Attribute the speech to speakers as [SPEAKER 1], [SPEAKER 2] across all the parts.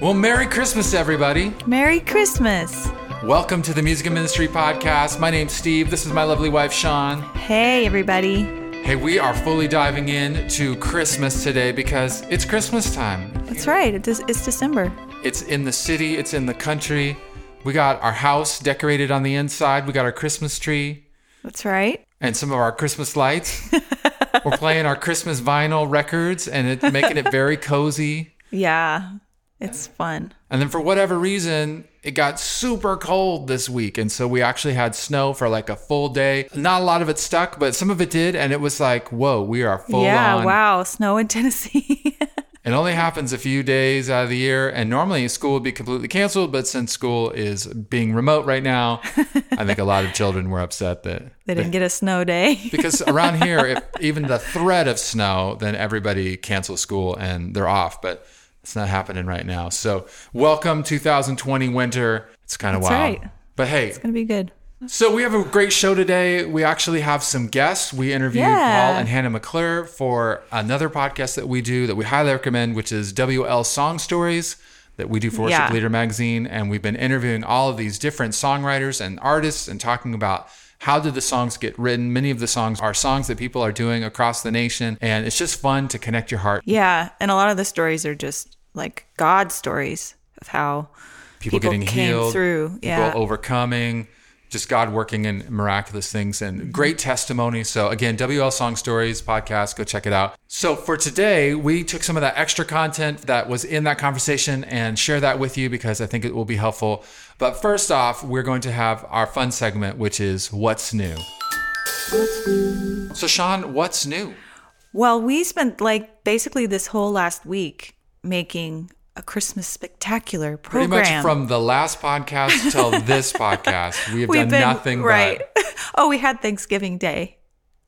[SPEAKER 1] Well, Merry Christmas, everybody.
[SPEAKER 2] Merry Christmas.
[SPEAKER 1] Welcome to the Music and Ministry Podcast. My name's Steve. This is my lovely wife, Sean.
[SPEAKER 2] Hey, everybody.
[SPEAKER 1] Hey, we are fully diving in to Christmas today because it's Christmas time.
[SPEAKER 2] That's right. It is, it's December.
[SPEAKER 1] It's in the city, it's in the country. We got our house decorated on the inside, we got our Christmas tree
[SPEAKER 2] That's right.
[SPEAKER 1] and some of our Christmas lights. We're playing our Christmas vinyl records and it's making it very cozy.
[SPEAKER 2] Yeah. It's fun.
[SPEAKER 1] And then for whatever reason, it got super cold this week. And so we actually had snow for like a full day. Not a lot of it stuck, but some of it did. And it was like, whoa, we are full
[SPEAKER 2] yeah.
[SPEAKER 1] on.
[SPEAKER 2] Wow. Snow in Tennessee.
[SPEAKER 1] It only happens a few days out of the year. And normally school would be completely canceled. But since school is being remote right now, I think a lot of children were upset that.
[SPEAKER 2] they didn't get a snow day.
[SPEAKER 1] Because around here, if even the threat of snow, then everybody cancels school and they're off. But it's not happening right now. So, welcome 2020 winter. It's kind of
[SPEAKER 2] That's
[SPEAKER 1] wild.
[SPEAKER 2] right.
[SPEAKER 1] But hey,
[SPEAKER 2] It's going to be good.
[SPEAKER 1] So we have a great show today. We actually have some guests. We interviewed
[SPEAKER 2] Yeah.
[SPEAKER 1] Paul and Hannah McClure for another podcast that we do that we highly recommend, which is WL Song Stories that we do for Worship
[SPEAKER 2] Yeah.
[SPEAKER 1] Leader Magazine. And we've been interviewing all of these different songwriters and artists and talking about how did the songs get written. Many of the songs are songs that people are doing across the nation. And it's just fun to connect your heart.
[SPEAKER 2] Yeah. And a lot of the stories are just like God stories of how
[SPEAKER 1] People,
[SPEAKER 2] People
[SPEAKER 1] getting
[SPEAKER 2] came
[SPEAKER 1] healed.
[SPEAKER 2] through. Yeah.
[SPEAKER 1] People overcoming. Just God working in miraculous things
[SPEAKER 2] Mm-hmm.
[SPEAKER 1] and great testimony. So again, WL Song Stories podcast, go check it out. So for today, we took some of that extra content that was in that conversation and share that with you because I think it will be helpful. But first off, we're going to have our fun segment, which is what's new. So Sean, what's new?
[SPEAKER 2] Well, we spent like basically this whole last week making a Christmas spectacular
[SPEAKER 1] Pretty
[SPEAKER 2] program.
[SPEAKER 1] much from the last podcast till this podcast, we have
[SPEAKER 2] We've
[SPEAKER 1] done
[SPEAKER 2] been-
[SPEAKER 1] nothing
[SPEAKER 2] right.
[SPEAKER 1] but.
[SPEAKER 2] oh, we had Thanksgiving Day.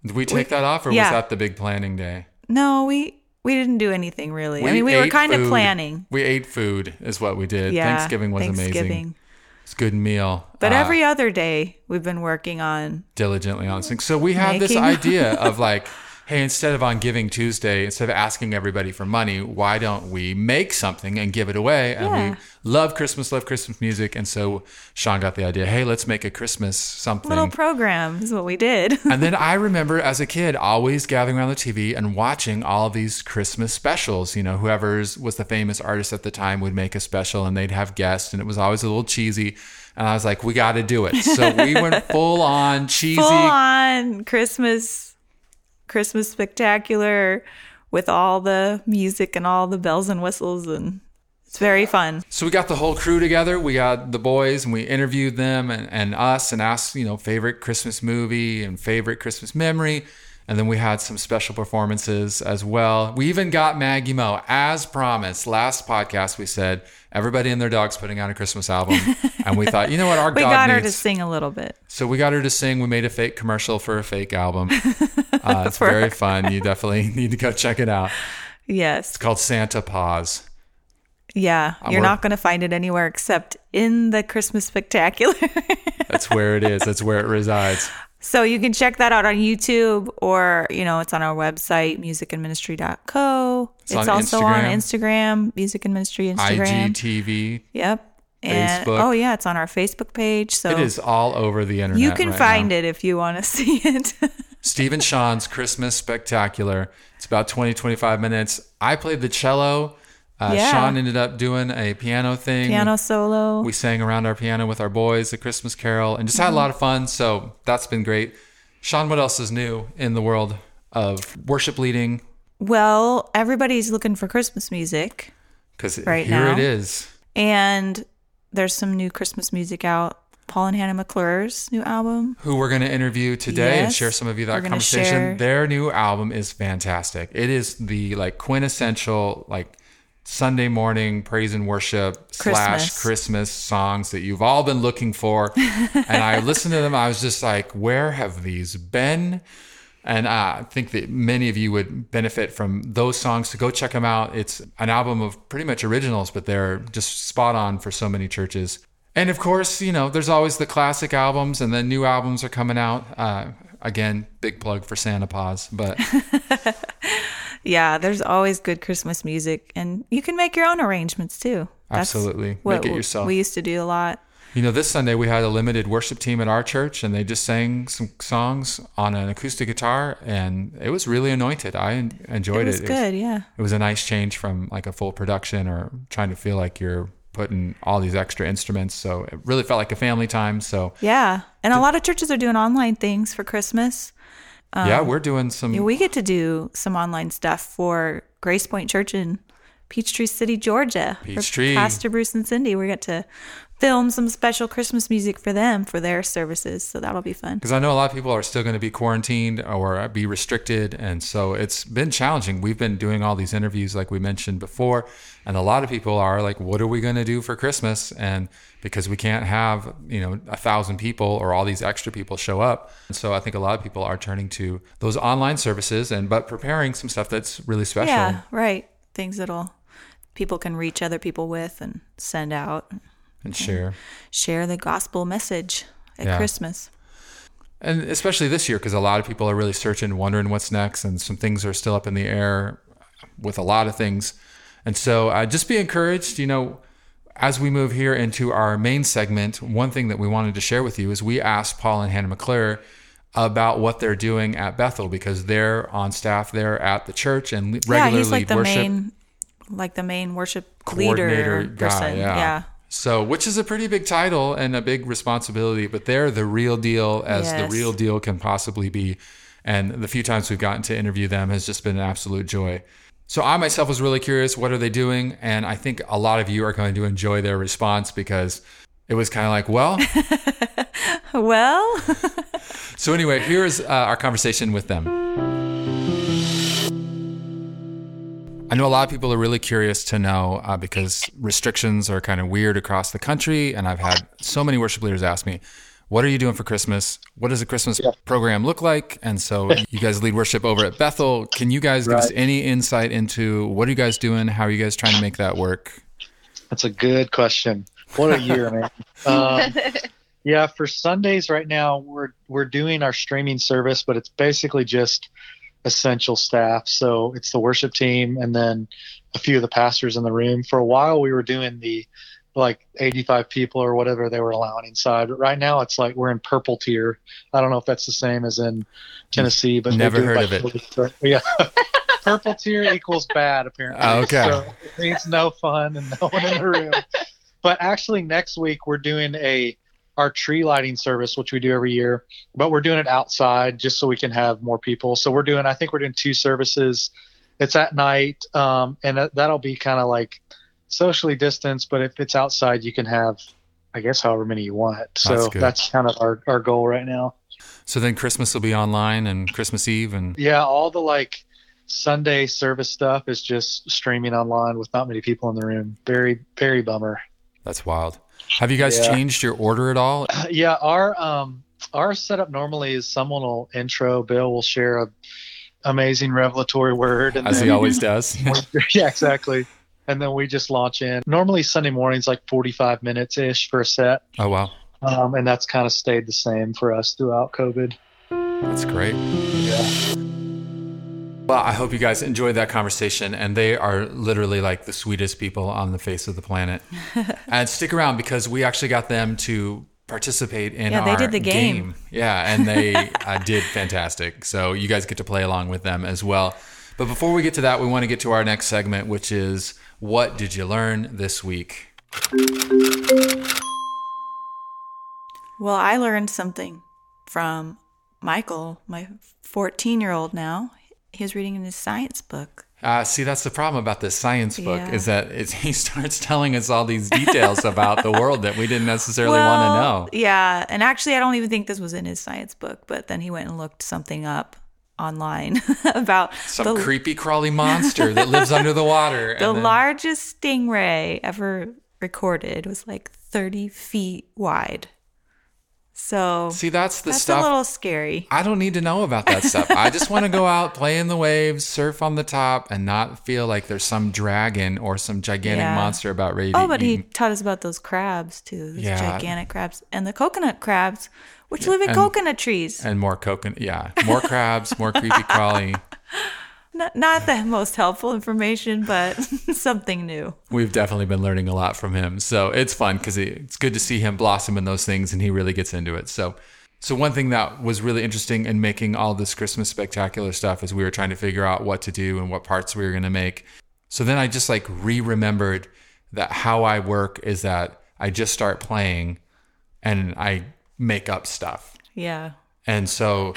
[SPEAKER 1] Did we take that off, or was
[SPEAKER 2] Yeah.
[SPEAKER 1] that the big planning day?
[SPEAKER 2] No, we we didn't do anything really. I mean, we were
[SPEAKER 1] ate
[SPEAKER 2] kind of
[SPEAKER 1] food.
[SPEAKER 2] planning.
[SPEAKER 1] We ate food, is what we did.
[SPEAKER 2] Yeah,
[SPEAKER 1] Thanksgiving was amazing.
[SPEAKER 2] Thanksgiving.
[SPEAKER 1] It's a good meal.
[SPEAKER 2] But
[SPEAKER 1] uh,
[SPEAKER 2] every other day, we've been working on.
[SPEAKER 1] diligently on things. So we had this
[SPEAKER 2] Making-
[SPEAKER 1] idea of like, hey, instead of on Giving Tuesday, instead of asking everybody for money, why don't we make something and give it away? And
[SPEAKER 2] Yeah.
[SPEAKER 1] we love Christmas, love Christmas music, and so Sean got the idea. Hey, let's make a Christmas something.
[SPEAKER 2] Little program is what we did.
[SPEAKER 1] And then I remember as a kid always gathering around the TV and watching all these Christmas specials. You know, whoever's was the famous artist at the time would make a special and they'd have guests, and it was always a little cheesy. And I was like, we got to do it. So we went full on cheesy.
[SPEAKER 2] Full on Christmas, Christmas spectacular with all the music and all the bells and whistles, and it's very fun.
[SPEAKER 1] So we got the whole crew together. We got the boys and we interviewed them and, and us and asked, you know, favorite Christmas movie and favorite Christmas memory. And then we had some special performances as well. We even got Maggie Mo, as promised. Last podcast, we said everybody and their dog's putting out a Christmas album, and we thought, you know what, our
[SPEAKER 2] We
[SPEAKER 1] dog
[SPEAKER 2] got
[SPEAKER 1] needs.
[SPEAKER 2] her to sing a little bit.
[SPEAKER 1] So we got her to sing. We made a fake commercial for a fake album. Uh, it's very fun. You definitely need to go check it out.
[SPEAKER 2] Yes.
[SPEAKER 1] It's called Santa Paws.
[SPEAKER 2] Yeah. You're
[SPEAKER 1] we're-
[SPEAKER 2] not going to find it anywhere except in the Christmas spectacular.
[SPEAKER 1] That's where it is. That's where it resides.
[SPEAKER 2] so you can check that out on YouTube or, you know, it's on our website, musicandministry.co. It's,
[SPEAKER 1] on
[SPEAKER 2] also on
[SPEAKER 1] Instagram.
[SPEAKER 2] Instagram, Music and Ministry Instagram.
[SPEAKER 1] IGTV
[SPEAKER 2] Yep. And
[SPEAKER 1] Facebook.
[SPEAKER 2] oh, yeah, it's on our Facebook page. So
[SPEAKER 1] It is all over the internet.
[SPEAKER 2] Oh. you can find it if you want to see it.
[SPEAKER 1] Mm-hmm. Stephen Sean's Christmas Spectacular. It's about 20, 25 minutes. I played the cello. Uh,
[SPEAKER 2] Yeah.
[SPEAKER 1] Sean ended up doing a piano thing.
[SPEAKER 2] Piano solo.
[SPEAKER 1] We sang around our piano with our boys, a Christmas carol, and just
[SPEAKER 2] Mm-hmm.
[SPEAKER 1] had a lot of fun. So that's been great. Sean, what else is new in the world of worship leading?
[SPEAKER 2] well, everybody's looking for Christmas music.
[SPEAKER 1] Because
[SPEAKER 2] Right
[SPEAKER 1] here
[SPEAKER 2] now.
[SPEAKER 1] it is.
[SPEAKER 2] And there's some new Christmas music out. Paul and Hannah McClure's new album.
[SPEAKER 1] who we're going to interview today and
[SPEAKER 2] Yes,
[SPEAKER 1] share some of you
[SPEAKER 2] we're
[SPEAKER 1] that
[SPEAKER 2] gonna
[SPEAKER 1] conversation.
[SPEAKER 2] share-
[SPEAKER 1] Their new album is fantastic. It is the like quintessential like Sunday morning praise and worship slash
[SPEAKER 2] Christmas.
[SPEAKER 1] Christmas songs that you've all been looking for. and I listened to them. I was just like, where have these been? And uh, I think that many of you would benefit from those songs. So go check them out. It's an album of pretty much originals, but they're just spot on for so many churches. And of course, you know, there's always the classic albums, and then new albums are coming out. Uh, again, big plug for Santa Paws, but
[SPEAKER 2] Yeah, there's always good Christmas music, and you can make your own arrangements too. That's
[SPEAKER 1] Absolutely.
[SPEAKER 2] what
[SPEAKER 1] Make it yourself.
[SPEAKER 2] We used to do a lot.
[SPEAKER 1] You know, this Sunday we had a limited worship team at our church, and they just sang some songs on an acoustic guitar, and it was really anointed. I en- enjoyed it.
[SPEAKER 2] It was good, yeah.
[SPEAKER 1] It was a nice change from like a full production or trying to feel like you're putting all these extra instruments. So it really felt like a family time. So
[SPEAKER 2] Yeah. And a lot of churches are doing online things for Christmas.
[SPEAKER 1] yeah, we're doing some.
[SPEAKER 2] Um, Yeah, We get to do some online stuff for Grace Point Church in Peachtree City, Georgia. for
[SPEAKER 1] Peachtree.
[SPEAKER 2] Pastor Bruce and Cindy. We got to film some special Christmas music for them for their services. So that'll be fun.
[SPEAKER 1] because I know a lot of people are still going to be quarantined or be restricted. And so it's been challenging. We've been doing all these interviews, like we mentioned before. And a lot of people are like, what are we going to do for Christmas? And because we can't have, you know, a thousand people or all these extra people show up. And so I think a lot of people are turning to those online services and, but preparing some stuff that's really special.
[SPEAKER 2] Yeah, right. Things that'll people can reach other people with and send out,
[SPEAKER 1] and share.
[SPEAKER 2] share the gospel message at
[SPEAKER 1] Yeah.
[SPEAKER 2] Christmas.
[SPEAKER 1] And especially this year, because a lot of people are really searching, wondering what's next, and some things are still up in the air with a lot of things. And so uh, just be encouraged, you know. As we move here into our main segment, one thing that we wanted to share with you is we asked Paul and Hannah McClure about what they're doing at Bethel because they're on staff there at the church and le- regularly
[SPEAKER 2] yeah, he's like the
[SPEAKER 1] worship
[SPEAKER 2] main, like the main worship
[SPEAKER 1] coordinator
[SPEAKER 2] leader
[SPEAKER 1] guy.
[SPEAKER 2] person.
[SPEAKER 1] yeah.
[SPEAKER 2] yeah.
[SPEAKER 1] So, which is a pretty big title and a big responsibility, but they're the real deal as
[SPEAKER 2] Yes.
[SPEAKER 1] the real deal can possibly be. And the few times we've gotten to interview them has just been an absolute joy. So, I myself was really curious what are they doing? And I think a lot of you are going to enjoy their response because it was kind of like, well,
[SPEAKER 2] Well,
[SPEAKER 1] so anyway, here's uh, our conversation with them. I know a lot of people are really curious to know uh, because restrictions are kind of weird across the country, and I've had so many worship leaders ask me, "What are you doing for Christmas? What does the Christmas program look like?" And so you guys lead worship over at Bethel. Can you guys give us any insight into what are you guys doing? How are you guys trying to make that work?
[SPEAKER 3] That's a good question. What a year, man. Um, yeah, for Sundays right now, we're we're doing our streaming service, but it's basically just essential staff. So it's the worship team and then a few of the pastors in the room. For a while, we were doing the like 85 people or whatever they were allowing inside. But right now, it's like we're in purple tier. I don't know if that's the same as in Tennessee, but they
[SPEAKER 1] Never
[SPEAKER 3] do
[SPEAKER 1] heard
[SPEAKER 3] by
[SPEAKER 1] of it.
[SPEAKER 3] police. Yeah. purple tier equals bad apparently.
[SPEAKER 1] Oh, okay.
[SPEAKER 3] So it means no fun and no one in the room. But actually next week we're doing a our tree lighting service, which we do every year, but we're doing it outside just so we can have more people. So we're doing I think we're doing two services. It's at night, um, and that, that'll be kind of like socially distanced, but if it's outside you can have I guess however many you want. So
[SPEAKER 1] That's good.
[SPEAKER 3] that's kind of our, our goal right now.
[SPEAKER 1] So then Christmas will be online and Christmas Eve and
[SPEAKER 3] Yeah, all the like Sunday service stuff is just streaming online with not many people in the room. Very, very bummer.
[SPEAKER 1] that's wild. Have you guys
[SPEAKER 3] Yeah.
[SPEAKER 1] changed your order at all?
[SPEAKER 3] Yeah, our um our setup normally is someone will intro, Bill will share a amazing revelatory word and
[SPEAKER 1] As he
[SPEAKER 3] then,
[SPEAKER 1] always does.
[SPEAKER 3] yeah, exactly. And then we just launch in. Normally Sunday morning's like forty five minutes ish for a set.
[SPEAKER 1] Oh wow,
[SPEAKER 3] Um, and that's kind of stayed the same for us throughout COVID.
[SPEAKER 1] that's great.
[SPEAKER 3] Yeah.
[SPEAKER 1] Well, I hope you guys enjoyed that conversation, and they are literally like the sweetest people on the face of the planet. and stick around because we actually got them to participate in
[SPEAKER 2] Yeah, they
[SPEAKER 1] our
[SPEAKER 2] did the game.
[SPEAKER 1] Yeah, and they uh, did fantastic. So you guys get to play along with them as well. But before we get to that, we want to get to our next segment, which is what did you learn this week?
[SPEAKER 2] well, I learned something from Michael, my 14 year old now. He was reading in his science book.
[SPEAKER 1] Uh, see, that's the problem about this science book
[SPEAKER 2] Yeah.
[SPEAKER 1] is that it's, he starts telling us all these details about the world that we didn't necessarily want to know.
[SPEAKER 2] Yeah. And actually, I don't even think this was in his science book, but then he went and looked something up online about
[SPEAKER 1] some
[SPEAKER 2] the,
[SPEAKER 1] creepy crawly monster that lives under the water. and
[SPEAKER 2] the
[SPEAKER 1] then-
[SPEAKER 2] largest stingray ever recorded was like 30 feet wide. So
[SPEAKER 1] See, that's the
[SPEAKER 2] that's
[SPEAKER 1] stuff.
[SPEAKER 2] a little scary.
[SPEAKER 1] I don't need to know about that stuff. I just want to go out, play in the waves, surf on the top, and not feel like there's some dragon or some gigantic
[SPEAKER 2] Yeah.
[SPEAKER 1] monster about ready
[SPEAKER 2] Oh,
[SPEAKER 1] to
[SPEAKER 2] but
[SPEAKER 1] eat.
[SPEAKER 2] he taught us about those crabs too, those
[SPEAKER 1] Yeah.
[SPEAKER 2] gigantic crabs and the coconut crabs, which live in
[SPEAKER 1] and-
[SPEAKER 2] coconut trees.
[SPEAKER 1] and more coconut. Yeah, more crabs, more creepy crawly.
[SPEAKER 2] Not, not the most helpful information, but something new.
[SPEAKER 1] We've definitely been learning a lot from him. So it's fun because it's good to see him blossom in those things and he really gets into it. So, so one thing that was really interesting in making all this Christmas spectacular stuff is we were trying to figure out what to do and what parts we were going to make. So then I just like re remembered that how I work is that I just start playing and I make up stuff.
[SPEAKER 2] Yeah.
[SPEAKER 1] And so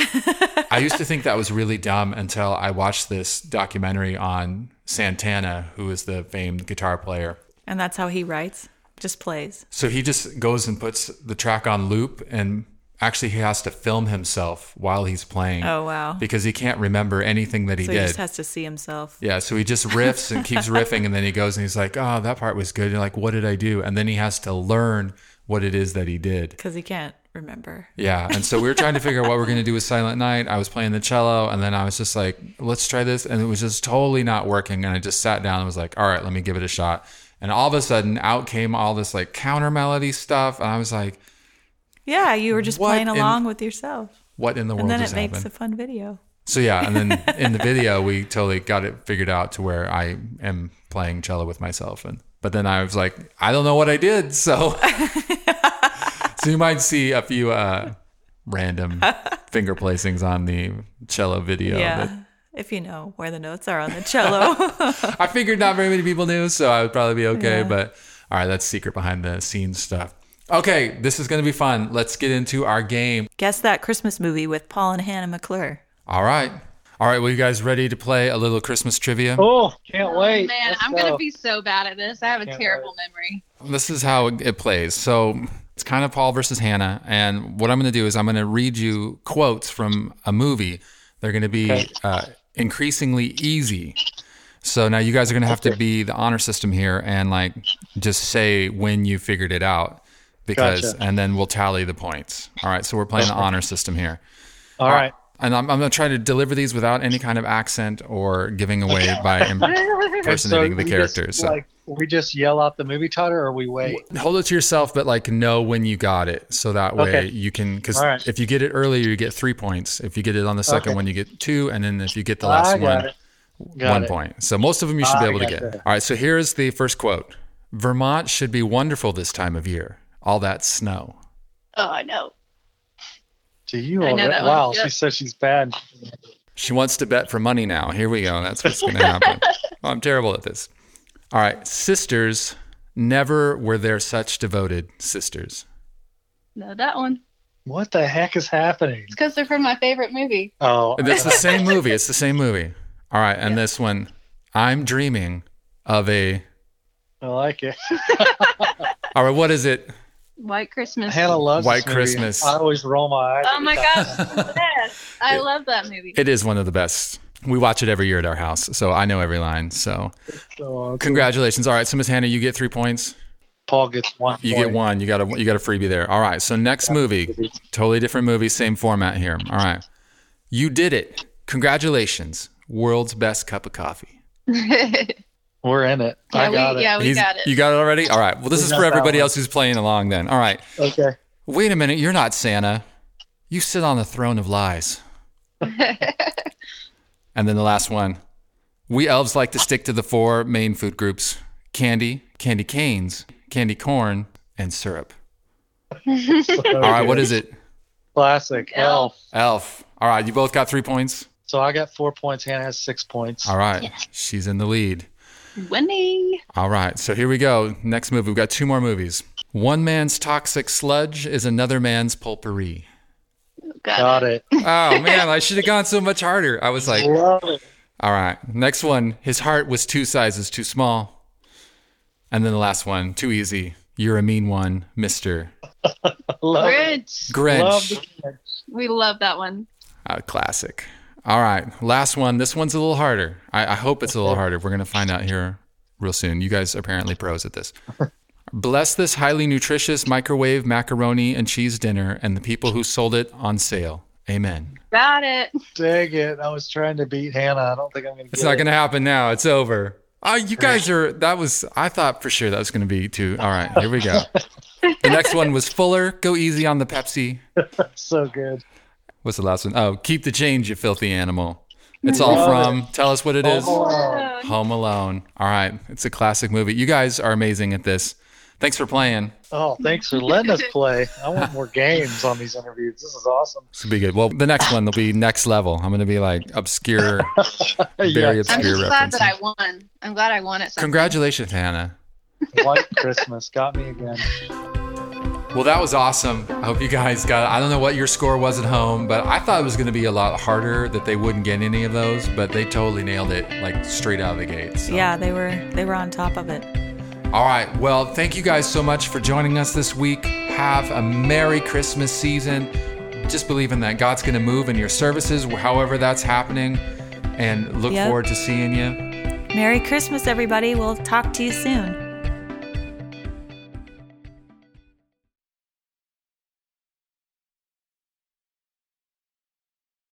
[SPEAKER 1] I used to think that was really dumb until I watched this documentary on Santana, who is the famed guitar player.
[SPEAKER 2] And that's how he writes, just plays.
[SPEAKER 1] So he just goes and puts the track on loop and actually he has to film himself while he's playing
[SPEAKER 2] Oh, wow.
[SPEAKER 1] because he can't remember anything that he
[SPEAKER 2] so he
[SPEAKER 1] did.
[SPEAKER 2] just has to see himself.
[SPEAKER 1] yeah, so he just riffs and keeps riffing and then he goes and he's like, "Oh, that part was good." And like, "What did I do?" And then he has to learn what it is that he did.
[SPEAKER 2] Because he can't remember.
[SPEAKER 1] Yeah. And so we were trying to figure out what we're going to do with Silent Night. I was playing the cello and then I was just like, let's try this. And it was just totally not working. And I just sat down and was like, all right, let me give it a shot. And all of a sudden out came all this like counter melody stuff. And I was like,
[SPEAKER 2] Yeah, you were just
[SPEAKER 1] What
[SPEAKER 2] playing
[SPEAKER 1] in-
[SPEAKER 2] along with yourself.
[SPEAKER 1] what in the world
[SPEAKER 2] And then
[SPEAKER 1] just
[SPEAKER 2] it makes
[SPEAKER 1] happened?
[SPEAKER 2] a fun video.
[SPEAKER 1] So yeah. And then in the video, we totally got it figured out to where I am playing cello with myself. And, but then I was like, I don't know what I did. So, so you might see a few, uh, random finger placings on the cello video
[SPEAKER 2] yeah.
[SPEAKER 1] that
[SPEAKER 2] If you know where the notes are on the cello.
[SPEAKER 1] I figured not very many people knew, so I would probably be okay. But all right, that's secret behind the scenes stuff. Okay, this is going to be fun. Let's get into our game.
[SPEAKER 2] Guess that Christmas movie with Paul and Hannah McClure.
[SPEAKER 1] All right. All right, well, you guys ready to play a little Christmas trivia?
[SPEAKER 3] Oh, can't wait.
[SPEAKER 4] Man,
[SPEAKER 3] Let's
[SPEAKER 4] I'm gonna
[SPEAKER 3] go.
[SPEAKER 4] be so bad at this. I have a
[SPEAKER 3] Can't
[SPEAKER 4] terrible memory.
[SPEAKER 1] This is how it plays. So it's kind of Paul versus Hannah. And what I'm going to do is I'm going to read you quotes from a movie. They're going to be
[SPEAKER 3] Okay.
[SPEAKER 1] uh, increasingly easy. So now you guys are going to have to be the honor system here and like just say when you figured it out because,
[SPEAKER 3] Gotcha.
[SPEAKER 1] and then we'll tally the points. All right. So we're playing the honor system here.
[SPEAKER 3] All right.
[SPEAKER 1] And I'm, I'm going to try to deliver these without any kind of accent or giving away by im-
[SPEAKER 3] And so
[SPEAKER 1] impersonating the
[SPEAKER 3] we
[SPEAKER 1] character.
[SPEAKER 3] Just,
[SPEAKER 1] so
[SPEAKER 3] Like, we just yell out the movie title, or we wait.
[SPEAKER 1] hold it to yourself, but like know when you got it, so that way
[SPEAKER 3] Okay.
[SPEAKER 1] you can. Because
[SPEAKER 3] All right.
[SPEAKER 1] if you get it earlier, you get three points. If you get it on the second
[SPEAKER 3] Okay.
[SPEAKER 1] one, you get two, and then if you get the
[SPEAKER 3] I
[SPEAKER 1] last
[SPEAKER 3] got
[SPEAKER 1] one,
[SPEAKER 3] it. Got
[SPEAKER 1] one
[SPEAKER 3] it.
[SPEAKER 1] point. So most of them you should be
[SPEAKER 3] I
[SPEAKER 1] able to
[SPEAKER 3] got
[SPEAKER 1] get.
[SPEAKER 3] that.
[SPEAKER 1] All right. So here is the first quote: "Vermont should be wonderful this time of year. All that snow."
[SPEAKER 4] Oh, I know.
[SPEAKER 3] Do you
[SPEAKER 4] I know
[SPEAKER 3] already?
[SPEAKER 4] that one.
[SPEAKER 3] Wow,
[SPEAKER 4] Yeah.
[SPEAKER 3] she said she's bad.
[SPEAKER 1] She wants to bet for money now. Here we go. That's what's going to happen. Oh, I'm terrible at this. All right, sisters. Never were there such devoted sisters.
[SPEAKER 4] No, that one.
[SPEAKER 3] What the heck is happening?
[SPEAKER 4] It's because they're from my favorite movie.
[SPEAKER 3] Oh,
[SPEAKER 1] And That's the same movie. It's the same movie. All right, and this one, I'm dreaming of a.
[SPEAKER 3] I like it.
[SPEAKER 1] All right, what is it?
[SPEAKER 4] White Christmas.
[SPEAKER 3] Hannah loves
[SPEAKER 1] White
[SPEAKER 3] this movie.
[SPEAKER 1] Christmas.
[SPEAKER 3] I always roll my eyes.
[SPEAKER 4] Oh my gosh, yes, I love that movie.
[SPEAKER 1] It is one of the best. We watch it every year at our house, so I know every line. So
[SPEAKER 3] So, uh,
[SPEAKER 1] congratulations. All right, so Miss Hannah, you get three points.
[SPEAKER 3] Paul gets one.
[SPEAKER 1] You
[SPEAKER 3] point.
[SPEAKER 1] get one. You got a you got a freebie there. All right, so next movie, totally different movie, same format here. All right, you did it. Congratulations, world's best cup of coffee.
[SPEAKER 3] We're in it.
[SPEAKER 4] yeah,
[SPEAKER 3] I
[SPEAKER 4] we,
[SPEAKER 3] got it.
[SPEAKER 4] yeah, we
[SPEAKER 1] He's-
[SPEAKER 4] got it.
[SPEAKER 1] You got it already. All right. Well, this
[SPEAKER 3] We
[SPEAKER 1] is
[SPEAKER 3] got
[SPEAKER 1] for
[SPEAKER 3] that
[SPEAKER 1] everybody
[SPEAKER 3] one.
[SPEAKER 1] else who's playing along. Then. All right.
[SPEAKER 3] Okay.
[SPEAKER 1] Wait a minute, you're not Santa. You sit on the throne of lies. and then the last one. We elves like to stick to the four main food groups candy, candy canes, candy corn, and syrup. All right, what is it?
[SPEAKER 3] Classic.
[SPEAKER 4] Elf.
[SPEAKER 3] Elf.
[SPEAKER 1] Elf. All right, you both got three points.
[SPEAKER 3] So I got four points. Hannah has six points.
[SPEAKER 1] All right, she's in the lead.
[SPEAKER 4] Winning.
[SPEAKER 1] All right, so here we go. Next movie. We've got two more movies. One man's toxic sludge is another man's potpourri.
[SPEAKER 4] Got,
[SPEAKER 3] Got it.
[SPEAKER 1] Oh, man, I should have gone so much harder. I was like,
[SPEAKER 3] Love it.
[SPEAKER 1] All right. Next one. His heart was two sizes too small. And then the last one, too easy. You're a mean one, Mr.
[SPEAKER 4] it.
[SPEAKER 3] Love it.
[SPEAKER 4] Grinch.
[SPEAKER 3] Love the
[SPEAKER 1] Grinch.
[SPEAKER 3] Grinch.
[SPEAKER 4] We love that one.
[SPEAKER 1] Uh, classic. All right. Last one. This one's a little harder. I, I hope it's a little harder. We're going to find out here real soon. You guys apparently pros at this. Bless this highly nutritious microwave macaroni and cheese dinner and the people who sold it on sale. Amen.
[SPEAKER 4] Got it.
[SPEAKER 3] Dang it. I was trying to beat Hannah. I don't think I'm going to
[SPEAKER 1] It's
[SPEAKER 3] get
[SPEAKER 1] not
[SPEAKER 3] it.
[SPEAKER 1] going to happen now. It's over. Oh, you guys are. That was. I thought for sure that was going to be two. All right, here we go. the next one was Fuller. Go easy on the Pepsi.
[SPEAKER 3] so good.
[SPEAKER 1] What's the last one? Oh, keep the change, you filthy animal. it's all
[SPEAKER 3] Love
[SPEAKER 1] from. Tell us what it is.
[SPEAKER 3] Oh.
[SPEAKER 1] Home Alone. All right. It's a classic movie. You guys are amazing at this. Thanks for playing.
[SPEAKER 3] Oh, thanks for letting us play. I want more games on these interviews. This is awesome.
[SPEAKER 1] This will be good. Well, the next one will be next level. I'm going to be like obscure, very
[SPEAKER 3] Yeah.
[SPEAKER 4] I'm
[SPEAKER 1] obscure
[SPEAKER 4] just glad
[SPEAKER 1] references.
[SPEAKER 4] that I won. I'm glad I won it.
[SPEAKER 1] Congratulations, Hannah.
[SPEAKER 3] White Christmas got me again.
[SPEAKER 1] Well, that was awesome. I hope you guys got. I don't know what your score was at home, but I thought it was going to be a lot harder that they wouldn't get any of those, but they totally nailed it, like straight out of the gate. So.
[SPEAKER 2] Yeah, they were they were on top of it.
[SPEAKER 1] All right. Well, thank you guys so much for joining us this week. Have a Merry Christmas season. Just believe in that God's going to move in your services, however that's happening, and look
[SPEAKER 2] Yep.
[SPEAKER 1] forward to seeing you.
[SPEAKER 2] Merry Christmas, everybody. We'll talk to you soon.